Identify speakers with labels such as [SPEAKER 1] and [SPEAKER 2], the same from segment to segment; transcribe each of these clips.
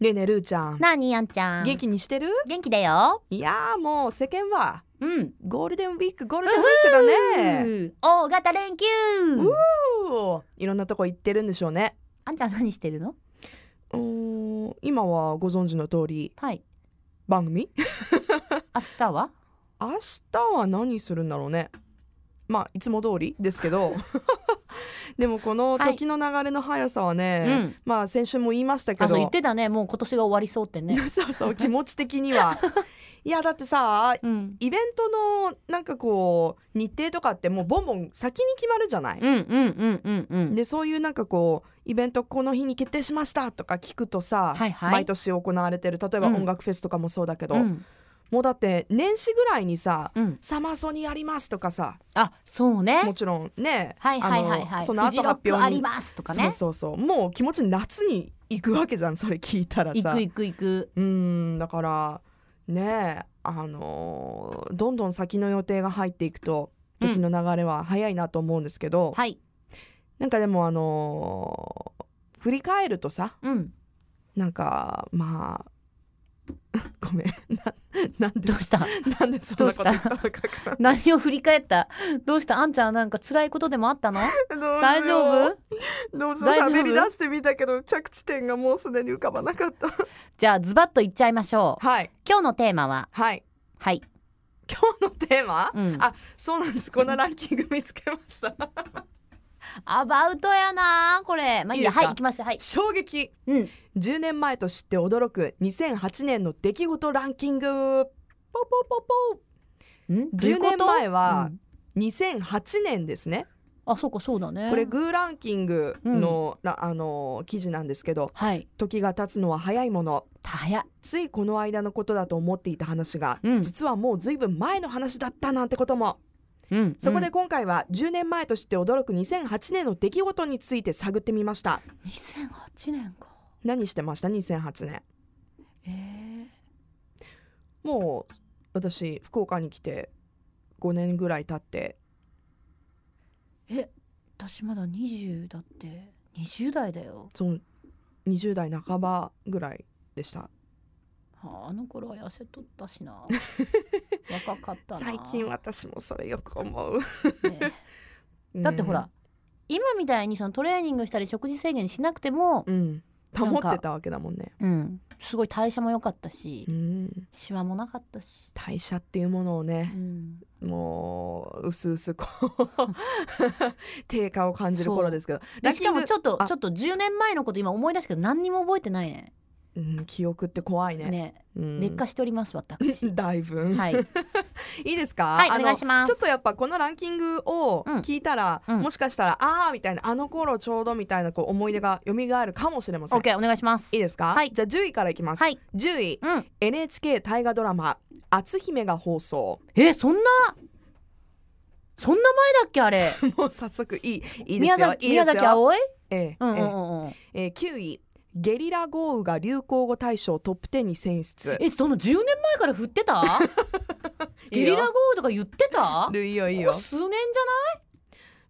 [SPEAKER 1] ねえねえるーちゃん
[SPEAKER 2] なあにあんちゃん
[SPEAKER 1] 元気にしてる
[SPEAKER 2] 元気だよ
[SPEAKER 1] いやーもう世間は
[SPEAKER 2] うん
[SPEAKER 1] ゴールデンウィークゴールデンウィークだね
[SPEAKER 2] 大型連休
[SPEAKER 1] うーいろんなとこ行ってるんでしょうね
[SPEAKER 2] あんちゃん何してるの
[SPEAKER 1] うーん今はご存知の通り
[SPEAKER 2] はい
[SPEAKER 1] 番組
[SPEAKER 2] 明日は
[SPEAKER 1] 明日は何するんだろうねまあいつも通りですけ どでもこの時の流れの速さはね、
[SPEAKER 2] うん
[SPEAKER 1] まあ先週も言いましたけ
[SPEAKER 2] あ
[SPEAKER 1] ど
[SPEAKER 2] そう言ってたねもう今年が終わりそうってね
[SPEAKER 1] そうそう気持ち的に はいやだってさ
[SPEAKER 2] うん
[SPEAKER 1] イベントのなんかこう日程とかってもうボンボン先に決まるじゃない、
[SPEAKER 2] うんうんうんうんうん
[SPEAKER 1] でそういうなんかこうイベントこの日に決定しましたとか聞くとさ、
[SPEAKER 2] はいはい
[SPEAKER 1] 毎年行われてる例えば
[SPEAKER 2] うん
[SPEAKER 1] 音楽フェスとかもそうだけど、
[SPEAKER 2] うん
[SPEAKER 1] もうだって年始ぐらいにさ
[SPEAKER 2] うん
[SPEAKER 1] サマソニやりますとかさ
[SPEAKER 2] あそうね
[SPEAKER 1] もちろんね
[SPEAKER 2] はいはいはい
[SPEAKER 1] あ
[SPEAKER 2] は
[SPEAKER 1] の
[SPEAKER 2] い
[SPEAKER 1] その
[SPEAKER 2] フジ
[SPEAKER 1] 後
[SPEAKER 2] ロッ
[SPEAKER 1] 発表
[SPEAKER 2] クあり
[SPEAKER 1] に、
[SPEAKER 2] ますとか
[SPEAKER 1] そ
[SPEAKER 2] ね
[SPEAKER 1] うそうそうもう気持ち夏に行くわけじゃんそれ聞いたら
[SPEAKER 2] 行
[SPEAKER 1] さ
[SPEAKER 2] く行く行く
[SPEAKER 1] うーんだからねえあのーどんどん先の予定が入っていくと時の流れは早いなと思うんですけど、
[SPEAKER 2] はい
[SPEAKER 1] なんかでもあのー振り返るとさ
[SPEAKER 2] うん
[SPEAKER 1] なんかまあ ごめんななんで
[SPEAKER 2] どうした
[SPEAKER 1] なんでそんなこと言ったのかわか
[SPEAKER 2] 何を振り返ったどうしたあんちゃんなんか辛いことでもあっ たの
[SPEAKER 1] らんどう
[SPEAKER 2] 大
[SPEAKER 1] しよう
[SPEAKER 2] 丈夫
[SPEAKER 1] どうしよう
[SPEAKER 2] 大丈
[SPEAKER 1] 喋
[SPEAKER 2] 夫
[SPEAKER 1] り出してみたけど着地点がもうすでに浮かばなかった
[SPEAKER 2] じゃあズバッと言っちゃいましょう
[SPEAKER 1] はい
[SPEAKER 2] 今日のテーマは
[SPEAKER 1] はい
[SPEAKER 2] はい
[SPEAKER 1] 今日のテーマ、
[SPEAKER 2] うん
[SPEAKER 1] あそうなんですこのランキング見つけま した
[SPEAKER 2] アバウトやなこれまあいいや
[SPEAKER 1] いいですか
[SPEAKER 2] はい行きましょうはい
[SPEAKER 1] 衝撃
[SPEAKER 2] うん
[SPEAKER 1] 10年前と知って驚く2008年の出来事ランキングポポポポ
[SPEAKER 2] んどうい
[SPEAKER 1] 10
[SPEAKER 2] うこと
[SPEAKER 1] 年前は
[SPEAKER 2] うん
[SPEAKER 1] 2008年ですね
[SPEAKER 2] あそうかそうだね
[SPEAKER 1] これグーランキングの,ら、あの記事なんですけど
[SPEAKER 2] はい
[SPEAKER 1] 時が経つのは早いもの
[SPEAKER 2] 早い
[SPEAKER 1] ついこの間のことだと思っていた話が、
[SPEAKER 2] うん
[SPEAKER 1] 実はもうずいぶん前の話だったなんてことも
[SPEAKER 2] うん
[SPEAKER 1] そこで今回は10年前と知って驚く2008年の出来事について探ってみました
[SPEAKER 2] 2008年か
[SPEAKER 1] 何してました2008年
[SPEAKER 2] えー
[SPEAKER 1] もう私福岡に来て5年ぐらい経って
[SPEAKER 2] え私まだ20だって20代だよ
[SPEAKER 1] その20代半ばぐらいでした
[SPEAKER 2] ああの頃は痩せとった しな若かったな
[SPEAKER 1] 最近私もそれよく思う
[SPEAKER 2] ね だってほら、今みたいにそのトレーニングしたり食事制限しなくても
[SPEAKER 1] うん、うん保ってたわけだもんね
[SPEAKER 2] うんすごい代謝も良かったし
[SPEAKER 1] うん
[SPEAKER 2] シワもなかったし
[SPEAKER 1] 代謝っていうものを
[SPEAKER 2] う
[SPEAKER 1] ね、
[SPEAKER 2] ん
[SPEAKER 1] もううすうすこう 低下を感じる頃ですけど
[SPEAKER 2] で
[SPEAKER 1] ラン
[SPEAKER 2] し
[SPEAKER 1] キ
[SPEAKER 2] か
[SPEAKER 1] ング
[SPEAKER 2] もちょっと
[SPEAKER 1] あ
[SPEAKER 2] ちょっと10年前のこと今思い出すけど何にも覚えてないね
[SPEAKER 1] うん、記憶って怖いね
[SPEAKER 2] ね
[SPEAKER 1] うん
[SPEAKER 2] 劣化しております 私
[SPEAKER 1] だいぶ、
[SPEAKER 2] はい
[SPEAKER 1] いいですか、
[SPEAKER 2] はい
[SPEAKER 1] あの
[SPEAKER 2] お願いしま
[SPEAKER 1] ち
[SPEAKER 2] す
[SPEAKER 1] ょっとやっぱこのランキングを聞いたら、
[SPEAKER 2] うんうん
[SPEAKER 1] もしかしたらああみたいなあの頃ちょうどみたいなこう思い出が蘇るかもしれません、
[SPEAKER 2] OK お願いします
[SPEAKER 1] いいですか、
[SPEAKER 2] はい
[SPEAKER 1] じゃあ10位からいきます、
[SPEAKER 2] はい
[SPEAKER 1] 10位
[SPEAKER 2] うん、
[SPEAKER 1] NHK 大河ドラマ「篤姫」が放 送
[SPEAKER 2] えそんなそんな前だっけあれ
[SPEAKER 1] もう早速いいいいで
[SPEAKER 2] 宮
[SPEAKER 1] すよ
[SPEAKER 2] 崎
[SPEAKER 1] いいで
[SPEAKER 2] 宮
[SPEAKER 1] す
[SPEAKER 2] 崎
[SPEAKER 1] よ、
[SPEAKER 2] 葵
[SPEAKER 1] ええ
[SPEAKER 2] うんうん
[SPEAKER 1] え
[SPEAKER 2] うんうん
[SPEAKER 1] ええー9位ゲリラ豪雨が流行語大賞トップ10に選出
[SPEAKER 2] えその10年前から振って たゲリラ豪雨とか言ってた
[SPEAKER 1] 雨いいよいい
[SPEAKER 2] こ
[SPEAKER 1] よ
[SPEAKER 2] こ数年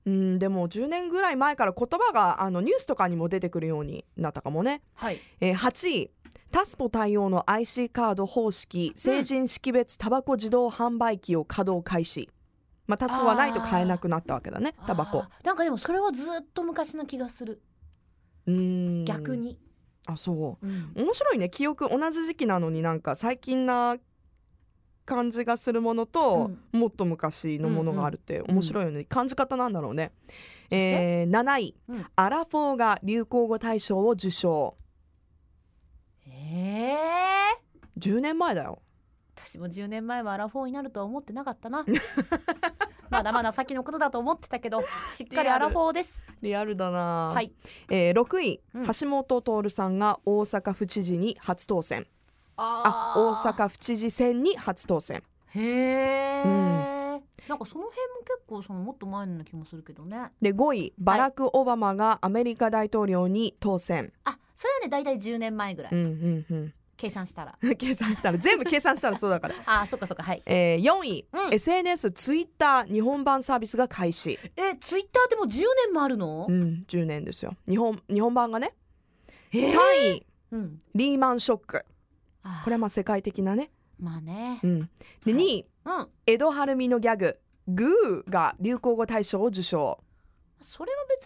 [SPEAKER 1] うんでも10年ぐらい前から言葉があのニュースとかにも出てくるようになったかもね
[SPEAKER 2] じゃないはい
[SPEAKER 1] えー8位タスポ対応の IC カード方式成人識別タバコ自動販売機を稼働開始、まあ、タスポはないと買えなくなったわけだねタバコ
[SPEAKER 2] あーなんかでもそれはずっと昔な気がする
[SPEAKER 1] うーん
[SPEAKER 2] 逆に、
[SPEAKER 1] あそ
[SPEAKER 2] うん
[SPEAKER 1] う面白いね記憶同じ時期なのになんか最近な感じがするものと、もっと昔のものがあるって
[SPEAKER 2] ん
[SPEAKER 1] 面白いよね、感じ方なんだろうね、えー7位、
[SPEAKER 2] うん
[SPEAKER 1] アラフォーが流行語大賞を受賞
[SPEAKER 2] えー
[SPEAKER 1] 10年前だよ
[SPEAKER 2] 私も10年前はアラフォーになるとは思ってなかったな まだまだ先のことだと思ってたけどしっかりアラフォーです
[SPEAKER 1] リアルだな
[SPEAKER 2] はい
[SPEAKER 1] えー、6位、
[SPEAKER 2] うん
[SPEAKER 1] 橋本徹さんが大阪府知事に初当選あ
[SPEAKER 2] あ
[SPEAKER 1] 大阪府知事選に初当選
[SPEAKER 2] へえ、なんかその辺も結構そのもっと前の気もするけどね
[SPEAKER 1] で5位バラク・オバマがアメリカ大統領に当選、
[SPEAKER 2] あそれはね大体10年前ぐらい、
[SPEAKER 1] うんうん
[SPEAKER 2] 計算したら
[SPEAKER 1] うん計算したら全部計算したらそうだから、
[SPEAKER 2] あーそっかそっ かはい
[SPEAKER 1] えー、4位、
[SPEAKER 2] うん
[SPEAKER 1] SNS ツイッター日本版サービスが開始、
[SPEAKER 2] えツイッターってもう10年もあるの
[SPEAKER 1] う、ん、10年ですよ日本日本版がね、
[SPEAKER 2] えー
[SPEAKER 1] 3位
[SPEAKER 2] うん、
[SPEAKER 1] リーマンショック
[SPEAKER 2] あー
[SPEAKER 1] これはまあ世界的なね、
[SPEAKER 2] まあね
[SPEAKER 1] う。ん、で2
[SPEAKER 2] はい
[SPEAKER 1] 位
[SPEAKER 2] うん。
[SPEAKER 1] 江戸晴美のギャグ「グー」が流行語大賞を受賞
[SPEAKER 2] それは別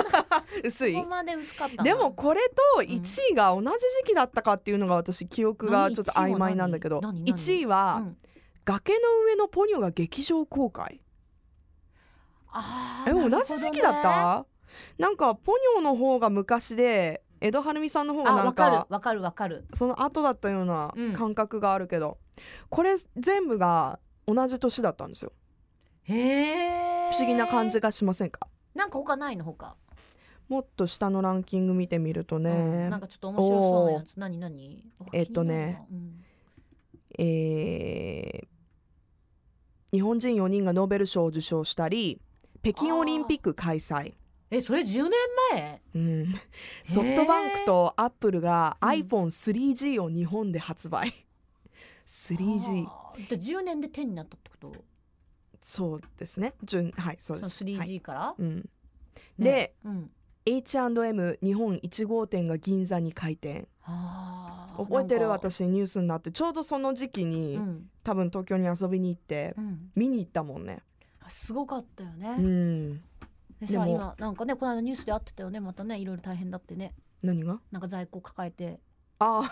[SPEAKER 2] に そ
[SPEAKER 1] 薄い
[SPEAKER 2] こまで薄かったな。
[SPEAKER 1] でもこれと
[SPEAKER 2] ん
[SPEAKER 1] 1位が同じ時期だったかっていうのが私記憶がちょっと曖昧なんだけど
[SPEAKER 2] 何何何
[SPEAKER 1] 1位
[SPEAKER 2] う
[SPEAKER 1] は
[SPEAKER 2] ん
[SPEAKER 1] 「崖の上のポニョ」が劇場公開
[SPEAKER 2] あー
[SPEAKER 1] え
[SPEAKER 2] なるほど
[SPEAKER 1] 同
[SPEAKER 2] ね
[SPEAKER 1] じ時期だったなんかポニョの方が昔で江戸晴美さんの方が
[SPEAKER 2] あ
[SPEAKER 1] な
[SPEAKER 2] わ
[SPEAKER 1] ん
[SPEAKER 2] かる
[SPEAKER 1] か
[SPEAKER 2] わかるわかる。
[SPEAKER 1] その後だったような
[SPEAKER 2] うん
[SPEAKER 1] 感覚があるけどこれ全部が同じ年だったんですよ
[SPEAKER 2] へえ。
[SPEAKER 1] 不思議な感じ。がしませんか
[SPEAKER 2] なんか他ないの他。
[SPEAKER 1] もっと下のランキング見てみるとね、
[SPEAKER 2] うんなんかちょっと面白そうなやつ。何何。あ
[SPEAKER 1] えっとね。
[SPEAKER 2] 気になるな
[SPEAKER 1] えー日本人4人がノーベル賞を受賞したり北京オリンピック開催、
[SPEAKER 2] うんえそれ10年前？
[SPEAKER 1] うん、ソフトバンクとアップルが iPhone3G を日本で発売 3G
[SPEAKER 2] あー。で10年で10になったってこと。
[SPEAKER 1] そうですね順はいそう
[SPEAKER 2] そ
[SPEAKER 1] です
[SPEAKER 2] の
[SPEAKER 1] はい
[SPEAKER 2] 3G から。
[SPEAKER 1] うん、
[SPEAKER 2] ね
[SPEAKER 1] で、
[SPEAKER 2] うん。
[SPEAKER 1] H&M 日本1号店が銀座に開店
[SPEAKER 2] あー
[SPEAKER 1] 覚えてる。
[SPEAKER 2] なんか
[SPEAKER 1] 私ニュースになってちょうどその時期に、
[SPEAKER 2] うん
[SPEAKER 1] 多分東京に遊びに行って
[SPEAKER 2] うん。
[SPEAKER 1] 見に行ったもんね
[SPEAKER 2] あすごかったよね。
[SPEAKER 1] うん
[SPEAKER 2] で
[SPEAKER 1] で
[SPEAKER 2] さ
[SPEAKER 1] も
[SPEAKER 2] 今なんかねこの間ニュースであってたよねまたねいろいろ大変だってね
[SPEAKER 1] 何が
[SPEAKER 2] なんか在庫抱えて
[SPEAKER 1] あ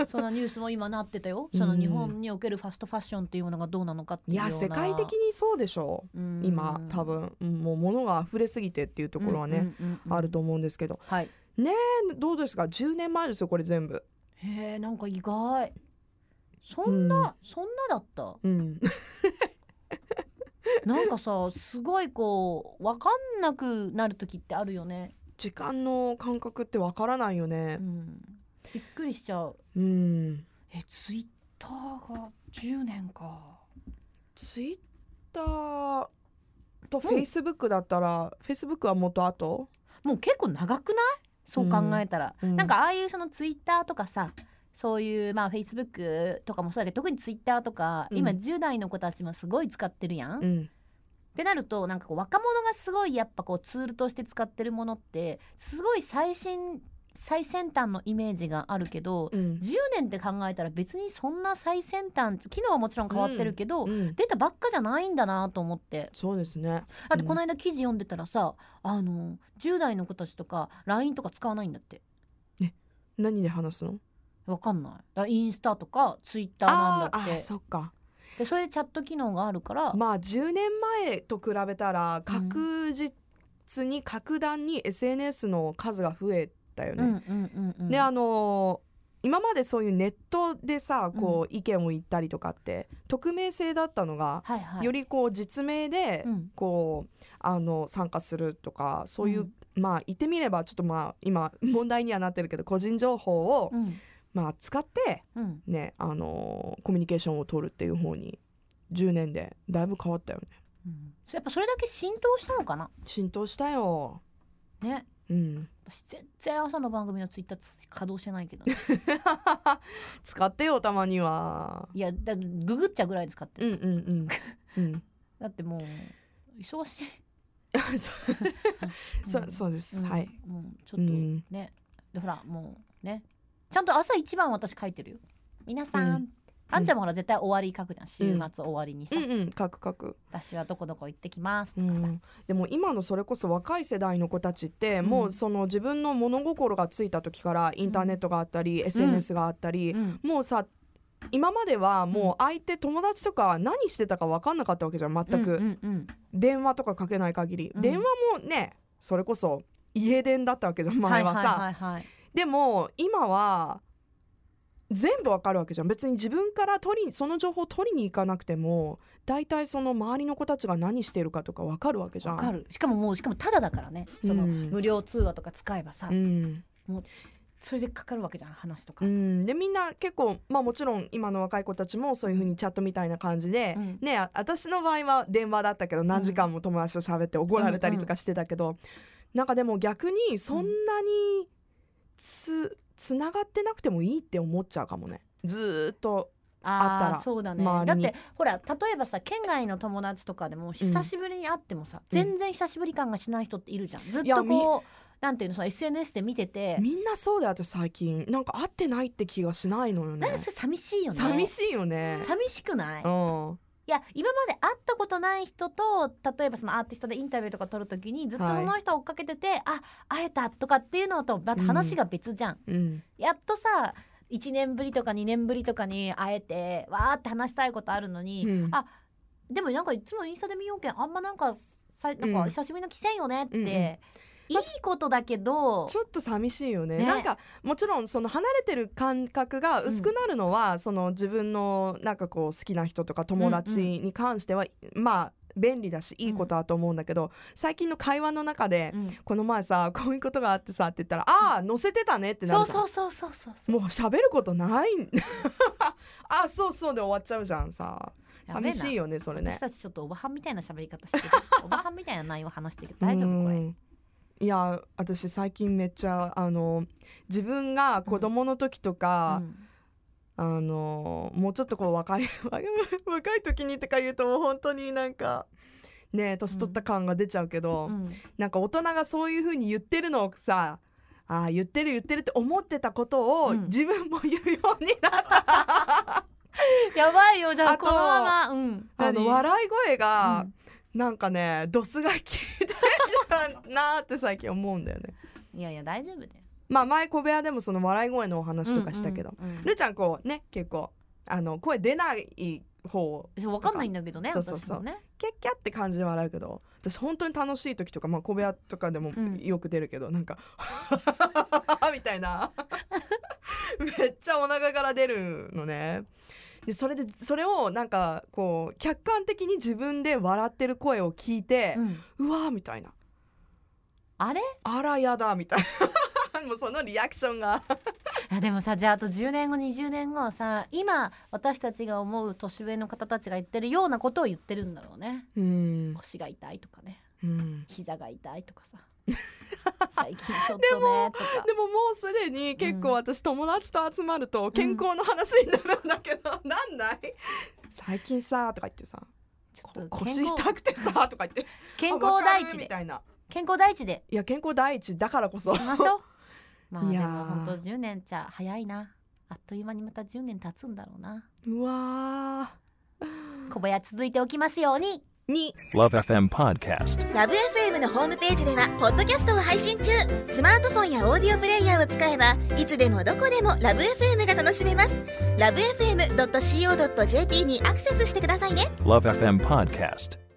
[SPEAKER 1] あ
[SPEAKER 2] そのニュースも今なってたよ
[SPEAKER 1] うん
[SPEAKER 2] その日本におけるファストファッションっていうものがどうなのかってい
[SPEAKER 1] いう
[SPEAKER 2] ような
[SPEAKER 1] や世界的にそうでしょう今多分もう物が溢れすぎてっていうと
[SPEAKER 2] と
[SPEAKER 1] ころはね、あると思うんですけど
[SPEAKER 2] はい
[SPEAKER 1] どうですか10年前ですよこれ全部
[SPEAKER 2] へえなんか意外そんな、
[SPEAKER 1] うん
[SPEAKER 2] そんなだった
[SPEAKER 1] うん
[SPEAKER 2] なんかさすごいこうわかんなくなる時ってあるよね、
[SPEAKER 1] 時間の感覚ってわからないよね
[SPEAKER 2] うん、びっくりしちゃう
[SPEAKER 1] うん
[SPEAKER 2] えツイッターが10年か
[SPEAKER 1] ツイッターとフェイスブックだったらフェイスブックはもっと後
[SPEAKER 2] もう結構長くないそう考えたら、
[SPEAKER 1] うんうん
[SPEAKER 2] なんかああいうそのツイッターとかさそういうまあフェイスブックとかもそうだけど特にツイッターとか、
[SPEAKER 1] うん
[SPEAKER 2] 今10代の子たちもすごい使ってるやん。
[SPEAKER 1] う
[SPEAKER 2] っ
[SPEAKER 1] ん
[SPEAKER 2] てなるとなんかこう若者がすごいやっぱこうツールとして使ってるものってすごい最新最先端のイメージがあるけど、
[SPEAKER 1] うん
[SPEAKER 2] 10年って考えたら別にそんな最先端機能はもちろん変わってるけど、
[SPEAKER 1] うん
[SPEAKER 2] 出たばっかじゃないんだなと思って
[SPEAKER 1] そうですね
[SPEAKER 2] だってこの間記事読んでたらさ、あの10代の子たちとか LINE とか使わないんだって
[SPEAKER 1] 何で話すの
[SPEAKER 2] わかんないだからインスタとかツイッターなんだっ
[SPEAKER 1] あーあー
[SPEAKER 2] て
[SPEAKER 1] そっか
[SPEAKER 2] でそれでチャット機能があるから、
[SPEAKER 1] まあ10年前と比べたら確実に格段に SNS の数が増えたよ
[SPEAKER 2] うんうん
[SPEAKER 1] ね。
[SPEAKER 2] うんうん
[SPEAKER 1] であのー今までそういうネットでさこう意見を言ったりとかって匿名性だったのが
[SPEAKER 2] はいはい
[SPEAKER 1] よりこう実名で
[SPEAKER 2] うん
[SPEAKER 1] こうあの参加するとかそういううまあ言ってみればちょっとまあ今問題にはなってるけど個人情報を
[SPEAKER 2] うん
[SPEAKER 1] まあ使って
[SPEAKER 2] うん
[SPEAKER 1] ねあのーコミュニケーションを取るっていう方に10年でだいぶ変わったよね。
[SPEAKER 2] うんそれやっぱそれだけ浸透したのかな
[SPEAKER 1] 浸透したよ。
[SPEAKER 2] ね
[SPEAKER 1] うん。
[SPEAKER 2] 私全然朝の番組のツイッター稼働してないけ どね、
[SPEAKER 1] 使ってよたまには。
[SPEAKER 2] いやだググっちゃうぐらいですかって
[SPEAKER 1] うんうんうん。
[SPEAKER 2] だってもう忙しい
[SPEAKER 1] うん。 そそそうです、
[SPEAKER 2] うん
[SPEAKER 1] はい。
[SPEAKER 2] もうちょ
[SPEAKER 1] う
[SPEAKER 2] っと、
[SPEAKER 1] ん。
[SPEAKER 2] ねでほらもうねちゃんと朝一番私書いてるよ皆さん、
[SPEAKER 1] うん
[SPEAKER 2] あんちゃんもほら絶対終わり書くじゃん週末終わりにさ、
[SPEAKER 1] うんうん。書く書く。
[SPEAKER 2] 私はどこどこ行ってきます
[SPEAKER 1] う
[SPEAKER 2] とかさ、
[SPEAKER 1] ん。でも今のそれこそ若い世代の子たちってもうその自分の物心がついた時からインターネットがあったり SNS があったり
[SPEAKER 2] うん
[SPEAKER 1] もうさ今まではもう相手友達とか何してたか分かんなかったわけじゃん全く
[SPEAKER 2] うんうんうん
[SPEAKER 1] 電話とかかけない限り、
[SPEAKER 2] うん
[SPEAKER 1] 電話もねそれこそ家電だったわけじゃん前はさ、
[SPEAKER 2] いはいはい
[SPEAKER 1] でも今は全部わかるわけじゃん別に自分から取りその情報を取りに行かなくても大体その周りの子たちが何してるかとかわかるわけじゃん。
[SPEAKER 2] わかるしかももうしかもただだからねその
[SPEAKER 1] うん
[SPEAKER 2] 無料通話とか使えばさ、
[SPEAKER 1] うん
[SPEAKER 2] それでかかるわけじゃん話とか、
[SPEAKER 1] うん、でみんな結構、まあ、もちろん今の若い子たちもそういうふうにチャットみたいな感じで、
[SPEAKER 2] うん
[SPEAKER 1] ね、あ私の場合は電話だったけど何時間も友達と喋って怒られたりとかしてたけど、なんかでも逆にそんなにつつながってなくてもいいって思っちゃうかもねずーっとあった
[SPEAKER 2] ああ
[SPEAKER 1] ら
[SPEAKER 2] そうだねだ
[SPEAKER 1] 周
[SPEAKER 2] っ
[SPEAKER 1] りに
[SPEAKER 2] てほら例えばさ県外の友達とかでも久しぶりに会ってもさ、全然久しぶり感がしない人っているじゃんずっ
[SPEAKER 1] いや
[SPEAKER 2] とこうなんていうのその SNS で見てて
[SPEAKER 1] みんなそうだよ私最近なんか合ってないって気がしないのよね
[SPEAKER 2] なんかそれ寂しいよね
[SPEAKER 1] 寂しいよね
[SPEAKER 2] 寂しくない、
[SPEAKER 1] う
[SPEAKER 2] い
[SPEAKER 1] ん
[SPEAKER 2] や今まで会ったことない人と例えばそのアーティストでインタビューとか撮るときにずっと
[SPEAKER 1] はい
[SPEAKER 2] その人を追っかけてて、あ会えたとかっていうのとまた話が別じゃん、
[SPEAKER 1] うん
[SPEAKER 2] やっとさ1年ぶりとか2年ぶりとかに会えてわーって話したいことあるのに、
[SPEAKER 1] うん
[SPEAKER 2] あでもなんかいつもインスタで見ようけんあんまなんかさなん
[SPEAKER 1] う
[SPEAKER 2] か
[SPEAKER 1] ん
[SPEAKER 2] 久しぶりの来せんよねって、
[SPEAKER 1] うんうん
[SPEAKER 2] いいことだけど、
[SPEAKER 1] ちょっと寂しいよね
[SPEAKER 2] ね
[SPEAKER 1] なんかもちろんその離れてる感覚が薄くなるのは、その自分のなんかこう好きな人とか友達に関しては、まあ便利だしいいことだと思うんだけど、最近の会話の中で、
[SPEAKER 2] うん
[SPEAKER 1] この前さこういうことがあってさって言ったら「ああ載せてたね」ってなる
[SPEAKER 2] そう
[SPEAKER 1] じゃん
[SPEAKER 2] そうそうそうそうそう
[SPEAKER 1] もう喋ることない あそうそうで終わっちゃうじゃんさ
[SPEAKER 2] やべえな
[SPEAKER 1] 寂しいよねそれね
[SPEAKER 2] 私たちちょっとおばはんみたいな喋り方して るおばはんみたいな内容話してる大丈夫こ
[SPEAKER 1] う
[SPEAKER 2] れ
[SPEAKER 1] んいや私最近めっちゃあの自分が子供の時とか
[SPEAKER 2] う、ん
[SPEAKER 1] あのもうちょっとこう若い若い時にとか言うともう本当になんかねえ年取った感が出ちゃうけど、
[SPEAKER 2] うん
[SPEAKER 1] なんか大人がそういう風に言ってるのをさあー言ってる言ってるって思ってたことを
[SPEAKER 2] うん
[SPEAKER 1] 自分も言うようになった、
[SPEAKER 2] やばいよじゃあ
[SPEAKER 1] あと
[SPEAKER 2] このままうん
[SPEAKER 1] あの
[SPEAKER 2] 何
[SPEAKER 1] 笑い声が
[SPEAKER 2] うん、
[SPEAKER 1] なんかねドスが効いてるなーって最近思うんだよね。
[SPEAKER 2] いやいや大丈夫だよ
[SPEAKER 1] まあ前小部屋でもその笑い声のお話とかしたけど、
[SPEAKER 2] うんうんうん
[SPEAKER 1] るちゃんこうね結構あの声出ない方
[SPEAKER 2] そうわかんないんだけどね
[SPEAKER 1] そうそうそう
[SPEAKER 2] 私もね
[SPEAKER 1] キャッキャって感じで笑うけど私本当に楽しい時とか、まあ、小部屋とかでも
[SPEAKER 2] うん
[SPEAKER 1] よく出るけど、 なんかみたいな めっちゃお腹から出るのね。でそれでそれをなんかこう客観的に自分で笑ってる声を聞いて
[SPEAKER 2] う、ん
[SPEAKER 1] うわーみたいな
[SPEAKER 2] あれ
[SPEAKER 1] あらやだみたいな もうそのリアクションが
[SPEAKER 2] いやでもさじゃああと10年後20年後はさ今私たちが思う年上の方たちが言ってるようなことを言ってるんだろうね
[SPEAKER 1] うん、
[SPEAKER 2] 腰が痛いとかね
[SPEAKER 1] うん
[SPEAKER 2] 膝が痛いとかさ 最近ちょっとねとか
[SPEAKER 1] でももうすでに結構私友達と集まると健康の話になるんだけど、なんない最近さとか言ってさ
[SPEAKER 2] ち
[SPEAKER 1] こ
[SPEAKER 2] ょっと
[SPEAKER 1] 腰
[SPEAKER 2] 健康
[SPEAKER 1] 痛くてさとか言ってあ
[SPEAKER 2] 健康
[SPEAKER 1] わかる
[SPEAKER 2] 第一
[SPEAKER 1] み
[SPEAKER 2] で
[SPEAKER 1] たいな
[SPEAKER 2] 健康第一で
[SPEAKER 1] いや健康第一だからこそ
[SPEAKER 2] 行きましょうま あ
[SPEAKER 1] い
[SPEAKER 2] で
[SPEAKER 1] や
[SPEAKER 2] も
[SPEAKER 1] ー
[SPEAKER 2] 本当10年じゃ早いなあっという間にまた10年経つんだろうな
[SPEAKER 1] うわ
[SPEAKER 2] 小林続いておきますように
[SPEAKER 1] ーに
[SPEAKER 3] Love FM Podcast.
[SPEAKER 4] ラブ f m のホームページではポッドキャストを配信中スマートフォンやオーディオプレイヤーを使えばいつでもどこでもラブ f m が楽しめますラブ FM.co.jp にアクセスしてくださいね
[SPEAKER 3] Love FM Podcast.